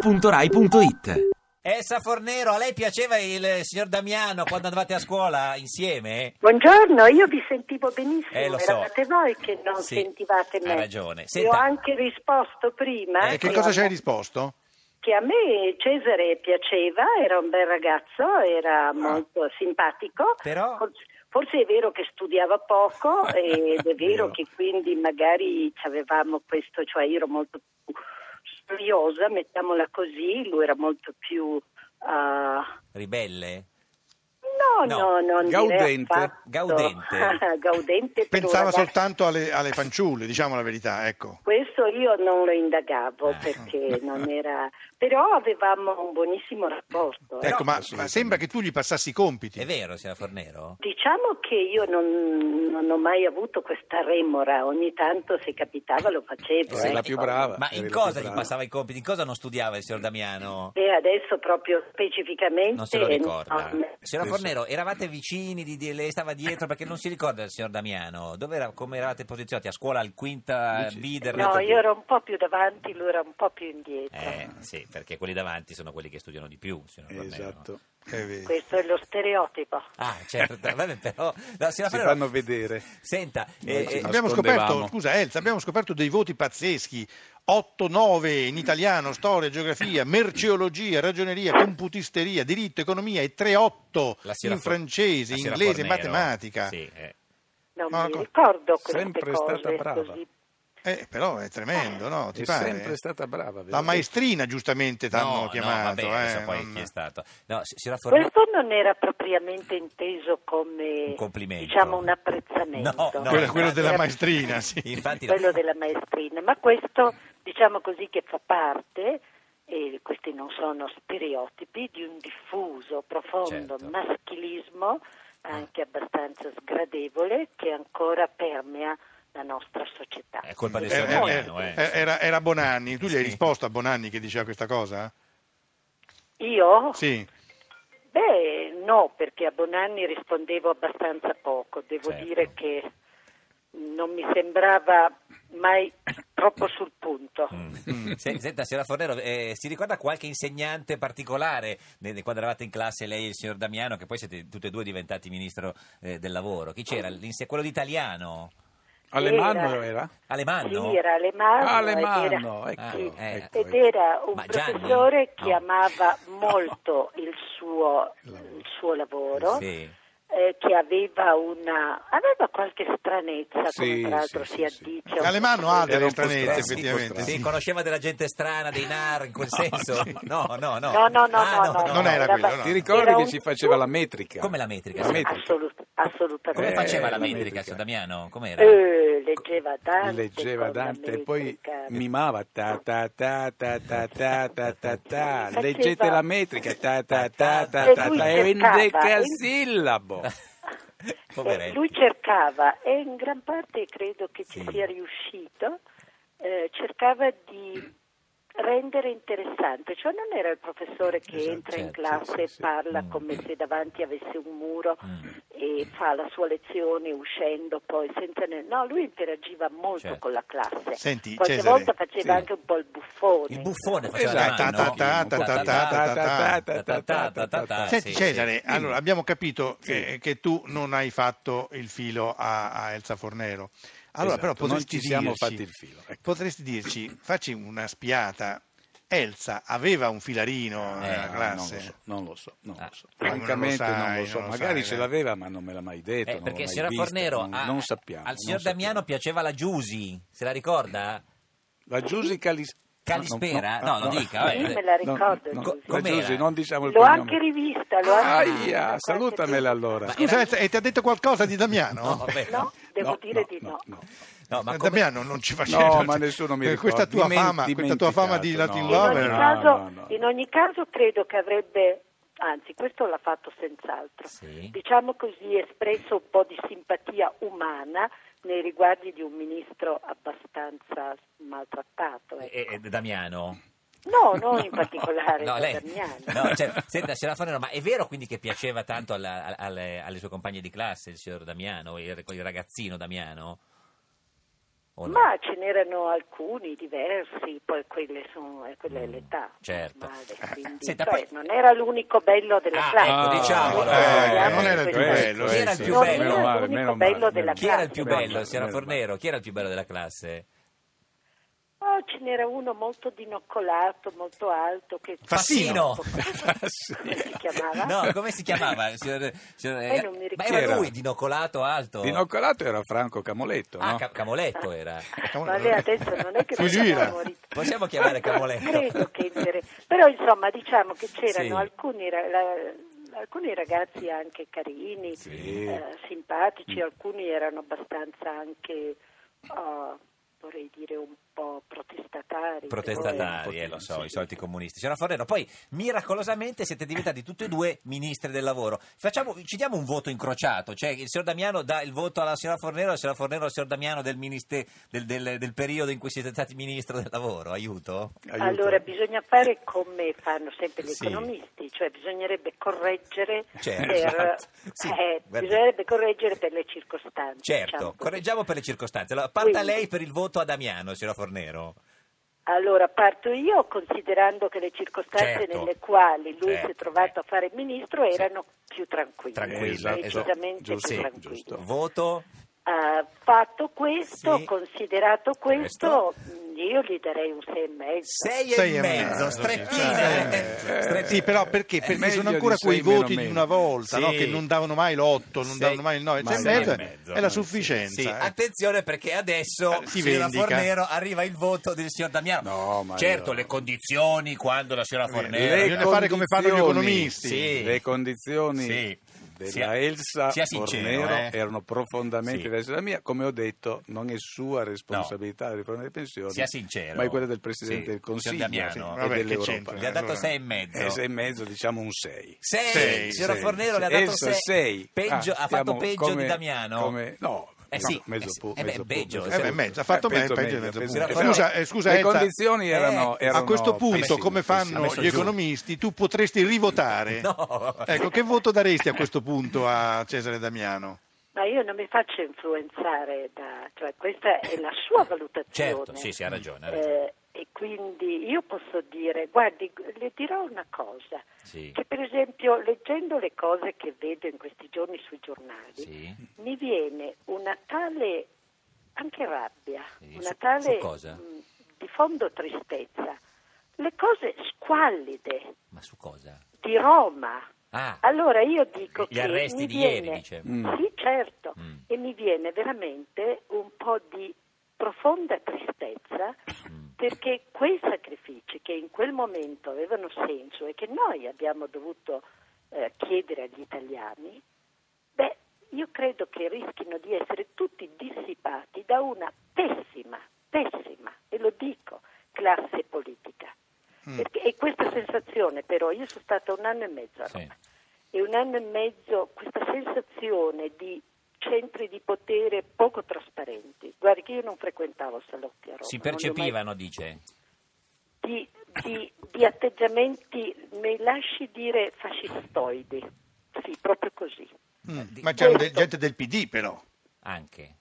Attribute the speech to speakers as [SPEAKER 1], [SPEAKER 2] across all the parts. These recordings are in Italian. [SPEAKER 1] radio2pod.rai.it
[SPEAKER 2] Essa Fornero, Eh, a lei piaceva il signor Damiano quando andavate a scuola insieme?
[SPEAKER 3] Buongiorno, io vi sentivo benissimo,
[SPEAKER 2] Eh, lo so.
[SPEAKER 3] eravate voi che non
[SPEAKER 2] Sì,
[SPEAKER 3] sentivate me.
[SPEAKER 2] ha ragione.
[SPEAKER 3] E
[SPEAKER 2] Senta.
[SPEAKER 3] ho anche risposto prima
[SPEAKER 2] Eh,
[SPEAKER 3] che,
[SPEAKER 4] Che cosa ci
[SPEAKER 3] a-
[SPEAKER 4] hai risposto?
[SPEAKER 3] che a me Cesare piaceva, era un bel ragazzo, era molto simpatico.
[SPEAKER 2] Ah. Però?
[SPEAKER 3] For- Forse è vero che studiava poco ed è vero
[SPEAKER 2] Vero.
[SPEAKER 3] che quindi magari avevamo questo, cioè io ero molto più studiosa, mettiamola così, lui era molto più... ah,
[SPEAKER 2] Ribelle?
[SPEAKER 3] No,
[SPEAKER 2] No,
[SPEAKER 3] no, non direi
[SPEAKER 5] gaudente.
[SPEAKER 3] affatto.
[SPEAKER 2] Gaudente.
[SPEAKER 3] Gaudente per
[SPEAKER 4] Pensava
[SPEAKER 3] un ragazzo.
[SPEAKER 4] soltanto alle, alle fanciulle, diciamo la verità, ecco.
[SPEAKER 3] Questo io non lo indagavo
[SPEAKER 2] Ah.
[SPEAKER 3] perché non era... Però avevamo un buonissimo rapporto. eh.
[SPEAKER 2] Però-
[SPEAKER 4] ecco ma, ma sembra che tu gli passassi i compiti.
[SPEAKER 2] È vero, signora Fornero?
[SPEAKER 3] Diciamo che io non, non ho mai avuto questa remora, ogni tanto se capitava lo facevo.
[SPEAKER 5] Sei la
[SPEAKER 3] ecco.
[SPEAKER 5] più brava.
[SPEAKER 2] Eh, Ma
[SPEAKER 5] eri
[SPEAKER 2] in
[SPEAKER 5] la
[SPEAKER 2] cosa
[SPEAKER 5] più
[SPEAKER 2] gli
[SPEAKER 5] brava.
[SPEAKER 2] passava i compiti? In cosa non studiava il signor Damiano?
[SPEAKER 3] E adesso proprio specificamente...
[SPEAKER 2] Non se lo ricorda.
[SPEAKER 3] non-
[SPEAKER 2] Signora
[SPEAKER 5] Adesso-
[SPEAKER 2] Fornero, eravate vicini, di, di- le stava dietro perché non si ricorda il signor Damiano. Dove era, come eravate posizionati? A scuola, al quinta
[SPEAKER 5] Dici-
[SPEAKER 2] leader?
[SPEAKER 3] No, io ero un po' più davanti, lui era un po' più indietro.
[SPEAKER 2] Eh, sì, perché quelli davanti sono quelli che studiano di più, signor Fornero.
[SPEAKER 5] Esatto.
[SPEAKER 4] È vero.
[SPEAKER 3] Questo è lo stereotipo.
[SPEAKER 2] Ah, certo, vabbè, però... No, signora
[SPEAKER 5] Si
[SPEAKER 2] Fornero,
[SPEAKER 5] fanno vedere.
[SPEAKER 2] Senta,
[SPEAKER 5] Noi
[SPEAKER 2] eh,
[SPEAKER 5] ci
[SPEAKER 2] eh,
[SPEAKER 4] Abbiamo
[SPEAKER 5] nascondevamo.
[SPEAKER 4] scoperto, scusa Elsa, abbiamo scoperto dei voti pazzeschi. 8, 9 in italiano, storia, geografia, merceologia, ragioneria, computisteria, diritto, economia e 3, 8
[SPEAKER 2] la signora
[SPEAKER 4] in
[SPEAKER 2] For-
[SPEAKER 4] francese,
[SPEAKER 2] la signora
[SPEAKER 4] inglese e
[SPEAKER 2] Fornero.
[SPEAKER 4] matematica.
[SPEAKER 2] Sì, eh.
[SPEAKER 3] Non
[SPEAKER 4] Ma
[SPEAKER 3] mi
[SPEAKER 4] co-
[SPEAKER 3] ricordo queste
[SPEAKER 5] Sempre
[SPEAKER 3] cose
[SPEAKER 5] stata brava.
[SPEAKER 3] così.
[SPEAKER 4] Eh, però è tremendo, no? Ti
[SPEAKER 5] È
[SPEAKER 4] pare?
[SPEAKER 5] sempre stata brava. vero?
[SPEAKER 4] La maestrina giustamente ti hanno
[SPEAKER 2] no,
[SPEAKER 4] chiamato.
[SPEAKER 2] No, vabbè,
[SPEAKER 4] eh,
[SPEAKER 2] adesso poi
[SPEAKER 4] non-
[SPEAKER 2] chi è stato. No, si- signora Fornero...
[SPEAKER 3] Questo non era propriamente inteso come
[SPEAKER 2] Un complimento.
[SPEAKER 3] diciamo un apprezzamento,
[SPEAKER 2] No, no,
[SPEAKER 4] Quello- quello della
[SPEAKER 3] Era-
[SPEAKER 4] maestrina, sì.
[SPEAKER 2] Infatti, la-
[SPEAKER 3] quello della maestrina, ma questo diciamo così che fa parte e questi non sono stereotipi di un diffuso, profondo
[SPEAKER 2] Certo. Ah.
[SPEAKER 3] maschilismo anche abbastanza sgradevole che ancora permea la nostra società.
[SPEAKER 2] è colpa del
[SPEAKER 4] Era,
[SPEAKER 2] signor
[SPEAKER 3] Eh, eh,
[SPEAKER 2] Damiano. eh,
[SPEAKER 4] era- era- era Bonanni, tu gli hai
[SPEAKER 2] Sì.
[SPEAKER 4] risposto a Bonanni che diceva questa cosa?
[SPEAKER 3] Io?
[SPEAKER 4] Sì.
[SPEAKER 3] Beh, no, perché a Bonanni rispondevo abbastanza poco. Devo
[SPEAKER 2] Certo.
[SPEAKER 3] dire che non mi sembrava mai troppo sul punto.
[SPEAKER 2] Mm. Se- Senta, signora Fornero, eh, si ricorda qualche insegnante particolare ne- ne- quando eravate in classe lei e il signor Damiano, che poi siete tutti e due diventati ministro eh, del lavoro? Chi c'era? L'inse- quello d'italiano?
[SPEAKER 5] Alemanno era?
[SPEAKER 2] Alemanno?
[SPEAKER 3] Sì, era Alemanno. ed era-
[SPEAKER 5] Alemanno,
[SPEAKER 2] Ah,
[SPEAKER 5] ecco.
[SPEAKER 2] eh.
[SPEAKER 5] ecco,
[SPEAKER 3] Ed
[SPEAKER 5] ecco.
[SPEAKER 3] era un
[SPEAKER 2] Ma Gianni?
[SPEAKER 3] professore
[SPEAKER 2] No.
[SPEAKER 3] che amava molto il suo, il suo lavoro,
[SPEAKER 2] Sì.
[SPEAKER 3] eh, che aveva, una, aveva qualche stranezza, come
[SPEAKER 5] Sì,
[SPEAKER 3] tra l'altro
[SPEAKER 5] sì,
[SPEAKER 3] si
[SPEAKER 5] sì,
[SPEAKER 3] addice. a un
[SPEAKER 4] L'Alemanno ha
[SPEAKER 5] Era
[SPEAKER 4] delle
[SPEAKER 5] un po'
[SPEAKER 4] stranezze,
[SPEAKER 5] strano,
[SPEAKER 4] effettivamente.
[SPEAKER 5] un po'
[SPEAKER 2] Sì,
[SPEAKER 4] sì.
[SPEAKER 2] conosceva della gente strana, dei nar, in quel senso? No, no, no.
[SPEAKER 3] No, no, no,
[SPEAKER 2] Ah,
[SPEAKER 3] no, no, no,
[SPEAKER 4] non era quello,
[SPEAKER 3] abbastanza-
[SPEAKER 4] no.
[SPEAKER 5] Ti ricordi
[SPEAKER 3] era
[SPEAKER 5] che
[SPEAKER 3] un
[SPEAKER 5] ci faceva la
[SPEAKER 3] tutto-
[SPEAKER 5] metrica?
[SPEAKER 2] Come la metrica?
[SPEAKER 5] La metrica.
[SPEAKER 3] Assolut- assolutamente.
[SPEAKER 2] Come
[SPEAKER 5] Eh,
[SPEAKER 2] faceva la
[SPEAKER 5] la
[SPEAKER 2] metrica,
[SPEAKER 5] metrica.
[SPEAKER 2] signor Damiano? Com'era?
[SPEAKER 3] Eh, leggeva Dante.
[SPEAKER 5] Leggeva
[SPEAKER 3] con la
[SPEAKER 5] Dante e poi
[SPEAKER 3] metrica.
[SPEAKER 5] mimava ta ta ta ta ta ta ta ta ta.
[SPEAKER 3] Faceva-
[SPEAKER 5] Leggete la metrica ta ta ta ta
[SPEAKER 3] E
[SPEAKER 5] ta
[SPEAKER 3] lui
[SPEAKER 5] ta. È un
[SPEAKER 3] cercava-
[SPEAKER 5] decasillabo.
[SPEAKER 3] Eh,
[SPEAKER 2] Poveretto.
[SPEAKER 3] lui cercava, e in gran parte credo che ci
[SPEAKER 2] Sì.
[SPEAKER 3] sia riuscito, eh, cercava di rendere interessante, cioè non era il professore che
[SPEAKER 5] Esatto,
[SPEAKER 3] entra in
[SPEAKER 2] certo,
[SPEAKER 3] classe
[SPEAKER 5] sì,
[SPEAKER 3] e
[SPEAKER 5] sì.
[SPEAKER 3] parla
[SPEAKER 2] Mm.
[SPEAKER 3] come se davanti avesse un muro
[SPEAKER 2] Mm.
[SPEAKER 3] e fa la sua lezione uscendo poi senza... ne- No, lui interagiva molto
[SPEAKER 2] Certo.
[SPEAKER 3] con la classe.
[SPEAKER 4] Senti,
[SPEAKER 3] Qualche
[SPEAKER 4] Cesare,
[SPEAKER 3] volta faceva
[SPEAKER 5] sì.
[SPEAKER 3] anche un po' il buffone.
[SPEAKER 2] Il buffone faceva
[SPEAKER 5] Esatto.
[SPEAKER 2] la mano.
[SPEAKER 4] Ta, ta, ta, ta, ta, ta,
[SPEAKER 5] ta, ta, ta, ta, ta, ta.
[SPEAKER 4] Senti Cesare, allora abbiamo capito
[SPEAKER 5] Sì.
[SPEAKER 4] eh, che tu non hai fatto il filo a, a Elsa Fornero. Allora
[SPEAKER 5] Esatto,
[SPEAKER 4] però potresti
[SPEAKER 5] non ci siamo
[SPEAKER 4] dirci,
[SPEAKER 5] fatti il filo, ecco.
[SPEAKER 4] Potresti dirci, facci una spiata. Elsa aveva un filarino
[SPEAKER 2] Eh,
[SPEAKER 4] nella
[SPEAKER 5] Ah, non
[SPEAKER 4] classe.
[SPEAKER 5] lo so, non lo so, non
[SPEAKER 2] Ah.
[SPEAKER 5] lo so.
[SPEAKER 4] Come non lo
[SPEAKER 5] Francamente non lo,
[SPEAKER 4] sai,
[SPEAKER 5] so,
[SPEAKER 4] non lo
[SPEAKER 5] magari
[SPEAKER 4] sai,
[SPEAKER 5] ce
[SPEAKER 4] eh.
[SPEAKER 5] l'aveva ma non me l'ha mai detto,
[SPEAKER 2] Eh,
[SPEAKER 5] non l'ho
[SPEAKER 2] perché
[SPEAKER 5] mai
[SPEAKER 2] signora
[SPEAKER 5] vista,
[SPEAKER 2] Fornero
[SPEAKER 5] non,
[SPEAKER 2] a-
[SPEAKER 5] non sappiamo.
[SPEAKER 2] al
[SPEAKER 5] non
[SPEAKER 2] signor
[SPEAKER 5] sappiamo.
[SPEAKER 2] Damiano piaceva la Giusi, se la ricorda?
[SPEAKER 5] La Giusi Calis-
[SPEAKER 2] Calispera? No, lo dica,
[SPEAKER 3] vabbè. Io me la ricordo,
[SPEAKER 5] no,
[SPEAKER 3] Giusi.
[SPEAKER 5] la Giusi,
[SPEAKER 2] Com'era?
[SPEAKER 5] non diciamo il
[SPEAKER 3] L'ho
[SPEAKER 5] cognome.
[SPEAKER 3] anche rivista, l'ho anche rivista
[SPEAKER 5] Aia,
[SPEAKER 3] qualche
[SPEAKER 5] salutamela
[SPEAKER 3] tempo
[SPEAKER 5] allora.
[SPEAKER 2] Ma-
[SPEAKER 4] Scusa Elsa, e ti ha detto qualcosa di Damiano?
[SPEAKER 2] No, vabbè,
[SPEAKER 3] No,
[SPEAKER 2] no.
[SPEAKER 3] devo
[SPEAKER 5] No,
[SPEAKER 3] dire
[SPEAKER 5] no,
[SPEAKER 3] di
[SPEAKER 5] no,
[SPEAKER 3] no.
[SPEAKER 5] no.
[SPEAKER 2] No, ma
[SPEAKER 4] Eh,
[SPEAKER 2] come-
[SPEAKER 4] Damiano non ci faceva
[SPEAKER 5] No, ma nessuno mi
[SPEAKER 4] Per
[SPEAKER 5] ricorda.
[SPEAKER 4] questa tua
[SPEAKER 5] Dimen-
[SPEAKER 4] fama, questa tua fama di
[SPEAKER 5] dimenticato,
[SPEAKER 4] Latin
[SPEAKER 5] no.
[SPEAKER 3] In ogni,
[SPEAKER 4] Lover.
[SPEAKER 5] No,
[SPEAKER 3] caso,
[SPEAKER 5] no, no.
[SPEAKER 3] in ogni caso credo che avrebbe, anzi questo l'ha fatto senz'altro,
[SPEAKER 2] Sì.
[SPEAKER 3] diciamo così espresso un po' di simpatia umana nei riguardi di un ministro abbastanza maltrattato. ecco.
[SPEAKER 2] Eh, eh, Damiano?
[SPEAKER 3] No, non in particolare
[SPEAKER 2] No, lei...
[SPEAKER 3] Damiano.
[SPEAKER 2] No, cioè, senta, signora Fornero, ma è vero quindi che piaceva tanto alla- al- alle, alle sue compagne di classe il signor Damiano, il, il ragazzino Damiano? O Oh, no?
[SPEAKER 3] Ma ce n'erano alcuni diversi, poi quelle sono eh, quella è l'età.
[SPEAKER 2] certo.
[SPEAKER 3] normale, quindi,
[SPEAKER 2] Senta,
[SPEAKER 3] cioè,
[SPEAKER 2] poi-
[SPEAKER 3] non era l'unico bello della
[SPEAKER 2] Ah,
[SPEAKER 3] classe.
[SPEAKER 5] ecco, diciamolo.
[SPEAKER 4] Eh, non era il più
[SPEAKER 3] Quello-
[SPEAKER 4] bello,
[SPEAKER 2] Chi
[SPEAKER 4] eh,
[SPEAKER 2] era il
[SPEAKER 4] sì.
[SPEAKER 2] più
[SPEAKER 3] Non
[SPEAKER 2] bello?
[SPEAKER 3] era
[SPEAKER 2] Meno
[SPEAKER 5] male,
[SPEAKER 3] l'unico
[SPEAKER 5] meno male,
[SPEAKER 3] bello della
[SPEAKER 5] meno-
[SPEAKER 2] Chi era il più
[SPEAKER 3] classe.
[SPEAKER 2] bello, signora
[SPEAKER 5] Meno male.
[SPEAKER 2] Fornero? Chi era il più bello della classe?
[SPEAKER 3] Oh, ce n'era uno molto dinoccolato, molto alto. Che...
[SPEAKER 4] Fassino.
[SPEAKER 3] Come si chiamava?
[SPEAKER 2] No, come si chiamava? signor- signor-
[SPEAKER 3] Eh, non mi
[SPEAKER 2] ma
[SPEAKER 3] ricordo.
[SPEAKER 2] era
[SPEAKER 5] Chi
[SPEAKER 2] lui,
[SPEAKER 5] era?
[SPEAKER 2] dinocolato alto?
[SPEAKER 5] Dinoccolato era Franco Camoletto,
[SPEAKER 2] Ah,
[SPEAKER 5] no?
[SPEAKER 2] Ca- Camoletto era.
[SPEAKER 3] Vabbè, adesso non è che
[SPEAKER 4] Sui
[SPEAKER 3] possiamo
[SPEAKER 4] gira.
[SPEAKER 3] morire.
[SPEAKER 2] Possiamo chiamare Camoletto.
[SPEAKER 3] Credo che inter- però insomma diciamo che c'erano
[SPEAKER 2] Sì.
[SPEAKER 3] alcuni, ra- la- alcuni ragazzi anche carini,
[SPEAKER 5] Sì.
[SPEAKER 3] eh, simpatici, alcuni erano abbastanza anche oh, vorrei dire un po' protestatari.
[SPEAKER 2] Protestatari, eh, lo so, i soliti comunisti. Signora Fornero, poi miracolosamente siete diventati tutti e due ministri del lavoro. Facciamo, ci diamo un voto incrociato, cioè il signor Damiano dà il voto alla signora Fornero, la signora Fornero al signor Damiano del, ministe- del- del- del periodo in cui siete stati ministro del lavoro. Aiuto?
[SPEAKER 5] Aiuto.
[SPEAKER 3] Allora bisogna fare come fanno sempre gli
[SPEAKER 2] Sì.
[SPEAKER 3] economisti, cioè bisognerebbe correggere
[SPEAKER 2] Certo,
[SPEAKER 3] per,
[SPEAKER 2] esatto. Sì,
[SPEAKER 3] eh,
[SPEAKER 2] guardi.
[SPEAKER 3] bisognerebbe correggere per le circostanze. diciamo
[SPEAKER 2] Certo,
[SPEAKER 3] così.
[SPEAKER 2] correggiamo per le circostanze. Allora, parta
[SPEAKER 3] Quindi.
[SPEAKER 2] lei per il voto a Damiano, signora Fornero.
[SPEAKER 3] Allora parto io considerando che le circostanze
[SPEAKER 2] Certo.
[SPEAKER 3] nelle quali lui
[SPEAKER 2] Certo.
[SPEAKER 3] si è trovato a fare ministro erano più tranquille,
[SPEAKER 2] Tranquille,
[SPEAKER 5] esatto,
[SPEAKER 3] decisamente
[SPEAKER 5] giusto,
[SPEAKER 3] più
[SPEAKER 5] sì,
[SPEAKER 3] tranquille.
[SPEAKER 5] giusto.
[SPEAKER 4] Certo.
[SPEAKER 2] Voto?
[SPEAKER 3] Ah, fatto questo,
[SPEAKER 2] Sì.
[SPEAKER 3] considerato questo, io gli darei un 6 e mezzo.
[SPEAKER 2] Sei,
[SPEAKER 4] Sei
[SPEAKER 2] e
[SPEAKER 4] e
[SPEAKER 2] mezzo,
[SPEAKER 4] mezzo,
[SPEAKER 2] strettina.
[SPEAKER 4] sì.
[SPEAKER 2] eh, strettina.
[SPEAKER 4] Sì, però perché? Perché
[SPEAKER 5] meglio
[SPEAKER 4] sono
[SPEAKER 5] di
[SPEAKER 4] ancora
[SPEAKER 5] sei
[SPEAKER 4] quei
[SPEAKER 5] meno
[SPEAKER 4] voti di
[SPEAKER 5] meno.
[SPEAKER 4] una volta,
[SPEAKER 2] Sì.
[SPEAKER 4] no? che non davano mai l'otto, non
[SPEAKER 2] Sei-
[SPEAKER 4] davano mai il nove,
[SPEAKER 2] ma
[SPEAKER 4] Sei e
[SPEAKER 2] sei
[SPEAKER 4] mezzo
[SPEAKER 2] e mezzo,
[SPEAKER 4] è la
[SPEAKER 2] sì.
[SPEAKER 4] sufficienza.
[SPEAKER 2] Sì,
[SPEAKER 4] eh.
[SPEAKER 2] attenzione perché adesso
[SPEAKER 4] Eh, si
[SPEAKER 2] signora
[SPEAKER 4] vendica.
[SPEAKER 2] Fornero arriva il voto del signor Damiano.
[SPEAKER 5] No, ma
[SPEAKER 2] certo,
[SPEAKER 5] io-
[SPEAKER 2] le condizioni quando la signora Fornero.
[SPEAKER 5] le
[SPEAKER 4] Bisogna fare come fanno gli
[SPEAKER 5] condizioni.
[SPEAKER 4] economisti.
[SPEAKER 2] Sì.
[SPEAKER 5] Le condizioni
[SPEAKER 2] Sì.
[SPEAKER 5] della
[SPEAKER 2] Sia-
[SPEAKER 5] Elsa
[SPEAKER 2] sia sincero,
[SPEAKER 5] Fornero
[SPEAKER 2] eh.
[SPEAKER 5] erano profondamente
[SPEAKER 2] Sì.
[SPEAKER 5] diverse dalla mia. Come ho detto, non è sua responsabilità la riforma delle pensioni,
[SPEAKER 2] Sia sincero.
[SPEAKER 5] ma è quella del Presidente
[SPEAKER 2] Sì,
[SPEAKER 5] del Consiglio
[SPEAKER 2] signor Damiano.
[SPEAKER 5] e
[SPEAKER 4] Vabbè, che
[SPEAKER 5] dell'Europa.
[SPEAKER 4] c'entra?
[SPEAKER 2] Gli ha dato
[SPEAKER 4] Allora.
[SPEAKER 2] sei e mezzo.
[SPEAKER 5] E sei e mezzo, diciamo un 6.
[SPEAKER 2] Sei,
[SPEAKER 4] Sei,
[SPEAKER 2] signora
[SPEAKER 4] sei,
[SPEAKER 2] Fornero le ha dato sei.
[SPEAKER 5] Ah,
[SPEAKER 2] Peggio- ha fatto peggio di Damiano.
[SPEAKER 5] no,
[SPEAKER 2] Eh
[SPEAKER 5] no,
[SPEAKER 2] sì,
[SPEAKER 5] mezzo
[SPEAKER 2] eh sì,
[SPEAKER 5] punto,
[SPEAKER 2] eh beh,
[SPEAKER 5] mezzo
[SPEAKER 2] peggio,
[SPEAKER 5] punto.
[SPEAKER 2] Eh beh,
[SPEAKER 4] mezzo, ha fatto
[SPEAKER 5] Eh,
[SPEAKER 4] peggio, peggio di mezzo punto. Scusa, eh, scusa,
[SPEAKER 5] le
[SPEAKER 4] Elsa.
[SPEAKER 5] condizioni erano,
[SPEAKER 2] Eh,
[SPEAKER 5] erano
[SPEAKER 4] a questo punto,
[SPEAKER 5] pessime,
[SPEAKER 4] come
[SPEAKER 5] pessime. Ha
[SPEAKER 4] fanno
[SPEAKER 5] messo
[SPEAKER 4] gli
[SPEAKER 5] giù.
[SPEAKER 4] economisti, tu potresti rivotare.
[SPEAKER 2] No.
[SPEAKER 4] Ecco, che voto daresti a questo punto a Cesare Damiano?
[SPEAKER 3] Ma io non mi faccio influenzare da... cioè questa è la sua valutazione.
[SPEAKER 2] Certo, sì, sì, ha ragione. ha ragione.
[SPEAKER 3] Eh, e quindi io posso dire, guardi, le dirò una cosa,
[SPEAKER 2] Sì.
[SPEAKER 3] che per esempio leggendo le cose che vedo in questi giorni sui giornali,
[SPEAKER 2] Sì.
[SPEAKER 3] mi viene una tale anche rabbia,
[SPEAKER 2] Sì,
[SPEAKER 3] una
[SPEAKER 2] su-
[SPEAKER 3] tale
[SPEAKER 2] su cosa?
[SPEAKER 3] mh, di fondo tristezza, le cose squallide
[SPEAKER 2] Ma su cosa?
[SPEAKER 3] di Roma.
[SPEAKER 2] Ah,
[SPEAKER 3] Allora io dico
[SPEAKER 2] Gli
[SPEAKER 3] che
[SPEAKER 2] arresti
[SPEAKER 3] mi
[SPEAKER 2] di
[SPEAKER 3] viene,
[SPEAKER 2] ieri, dice.
[SPEAKER 5] Mm.
[SPEAKER 3] Sì, certo,
[SPEAKER 2] Mm.
[SPEAKER 3] e mi viene veramente un po' di profonda tristezza
[SPEAKER 2] Mm.
[SPEAKER 3] perché quei sacrifici che in quel momento avevano senso e che noi abbiamo dovuto eh, chiedere agli italiani, beh, io credo che rischino di essere tutti dissipati da una pessima, pessima, e lo dico, classe politica.
[SPEAKER 4] Mm.
[SPEAKER 3] Perché- e questa sensazione però, io sono stata un anno e mezzo a
[SPEAKER 2] Sì.
[SPEAKER 3] Roma, e un anno e mezzo questa sensazione di centri di potere poco trasparenti, guardi che io non frequentavo salotti a Roma.
[SPEAKER 2] si
[SPEAKER 3] non li ho mai
[SPEAKER 2] percepivano, dice.
[SPEAKER 3] di, di- di atteggiamenti, mi lasci dire, fascistoidi. Sì, proprio così.
[SPEAKER 4] Mm,
[SPEAKER 2] Eh, di-
[SPEAKER 4] Ma c'è un de-
[SPEAKER 3] Questo-
[SPEAKER 4] gente del PD però.
[SPEAKER 2] Anche.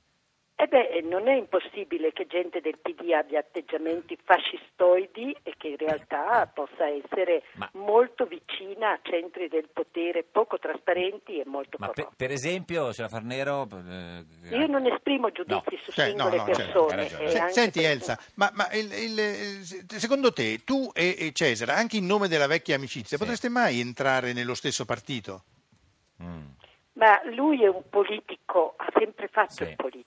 [SPEAKER 3] E beh, non è impossibile che gente del PD abbia atteggiamenti fascistoidi e che in realtà possa essere
[SPEAKER 2] Ma-
[SPEAKER 3] molto vicina a centri del potere poco trasparenti e molto
[SPEAKER 2] Ma per,
[SPEAKER 3] corrotti.
[SPEAKER 2] per esempio, signora Fornero... eh,
[SPEAKER 3] Io non esprimo giudizi su
[SPEAKER 4] Cioè, Ecco. no,
[SPEAKER 3] singole
[SPEAKER 4] no, certo,
[SPEAKER 2] hai
[SPEAKER 3] persone.
[SPEAKER 2] ragione.
[SPEAKER 3] e
[SPEAKER 4] Se-
[SPEAKER 3] anche
[SPEAKER 4] senti
[SPEAKER 3] perché-
[SPEAKER 4] Elsa, ma, ma il- il- eh, se- secondo te tu e, e Cesare, anche in nome della vecchia amicizia,
[SPEAKER 2] Sì.
[SPEAKER 4] potreste mai entrare nello stesso partito?
[SPEAKER 2] Mm.
[SPEAKER 3] Ma lui è un politico, ha sempre
[SPEAKER 2] Sì.
[SPEAKER 3] fatto il politico.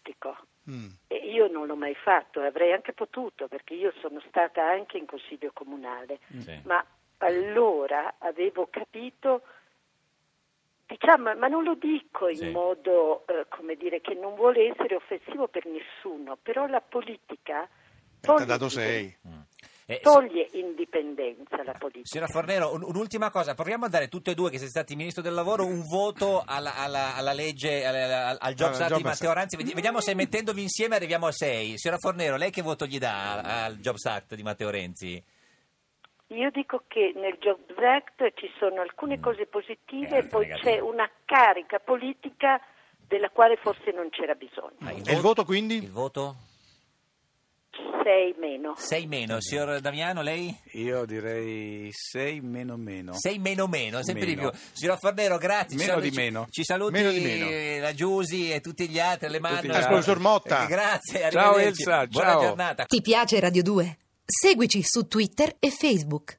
[SPEAKER 4] Mm.
[SPEAKER 3] E Io non l'ho mai fatto, e avrei anche potuto perché io sono stata anche in consiglio comunale,
[SPEAKER 2] Sì.
[SPEAKER 3] ma allora avevo capito, diciamo, ma non lo dico in
[SPEAKER 2] Sì.
[SPEAKER 3] modo, eh, come dire, che non vuole essere offensivo per nessuno, però la politica
[SPEAKER 4] Ti ha
[SPEAKER 3] toglie,
[SPEAKER 4] dato sei.
[SPEAKER 2] Mm. Eh,
[SPEAKER 3] toglie indipendenza la politica.
[SPEAKER 2] Signora Fornero, un- un'ultima cosa, proviamo a dare tutte e due che siete stati ministro del lavoro un voto alla, alla- alla legge, alla- alla- al Jobs
[SPEAKER 4] Alla
[SPEAKER 2] Act di
[SPEAKER 4] Jobs
[SPEAKER 2] Matteo
[SPEAKER 4] Act.
[SPEAKER 2] Renzi, Vedi- vediamo se mettendovi insieme arriviamo a 6. Signora Fornero, lei che voto gli dà al- al Jobs Act di Matteo Renzi?
[SPEAKER 3] Io dico che nel Jobs Act ci sono alcune
[SPEAKER 2] Mm.
[SPEAKER 3] cose
[SPEAKER 2] E
[SPEAKER 3] positive e
[SPEAKER 2] altre
[SPEAKER 3] poi
[SPEAKER 2] negative.
[SPEAKER 3] c'è una carica politica della quale forse non c'era bisogno.
[SPEAKER 2] Ah,
[SPEAKER 4] E il voto, quindi?
[SPEAKER 2] Il voto?
[SPEAKER 3] 6 meno.
[SPEAKER 2] 6 meno, signor Damiano, lei?
[SPEAKER 5] Io direi 6 meno meno.
[SPEAKER 2] 6 meno meno, sempre
[SPEAKER 5] Meno.
[SPEAKER 2] di più. Signor Fornero, grazie.
[SPEAKER 5] Meno
[SPEAKER 2] Ci-
[SPEAKER 5] di meno.
[SPEAKER 2] Ci saluti
[SPEAKER 4] Meno di meno.
[SPEAKER 2] eh, la Giusi e tutti gli altri, le mani.
[SPEAKER 5] gli
[SPEAKER 4] altri. Sponsor Motta.
[SPEAKER 2] grazie,
[SPEAKER 5] Ciao,
[SPEAKER 2] arrivederci.
[SPEAKER 5] Elsa,
[SPEAKER 2] Buona
[SPEAKER 5] ciao.
[SPEAKER 2] giornata.
[SPEAKER 1] Ti piace Radio 2? Seguici su Twitter e Facebook.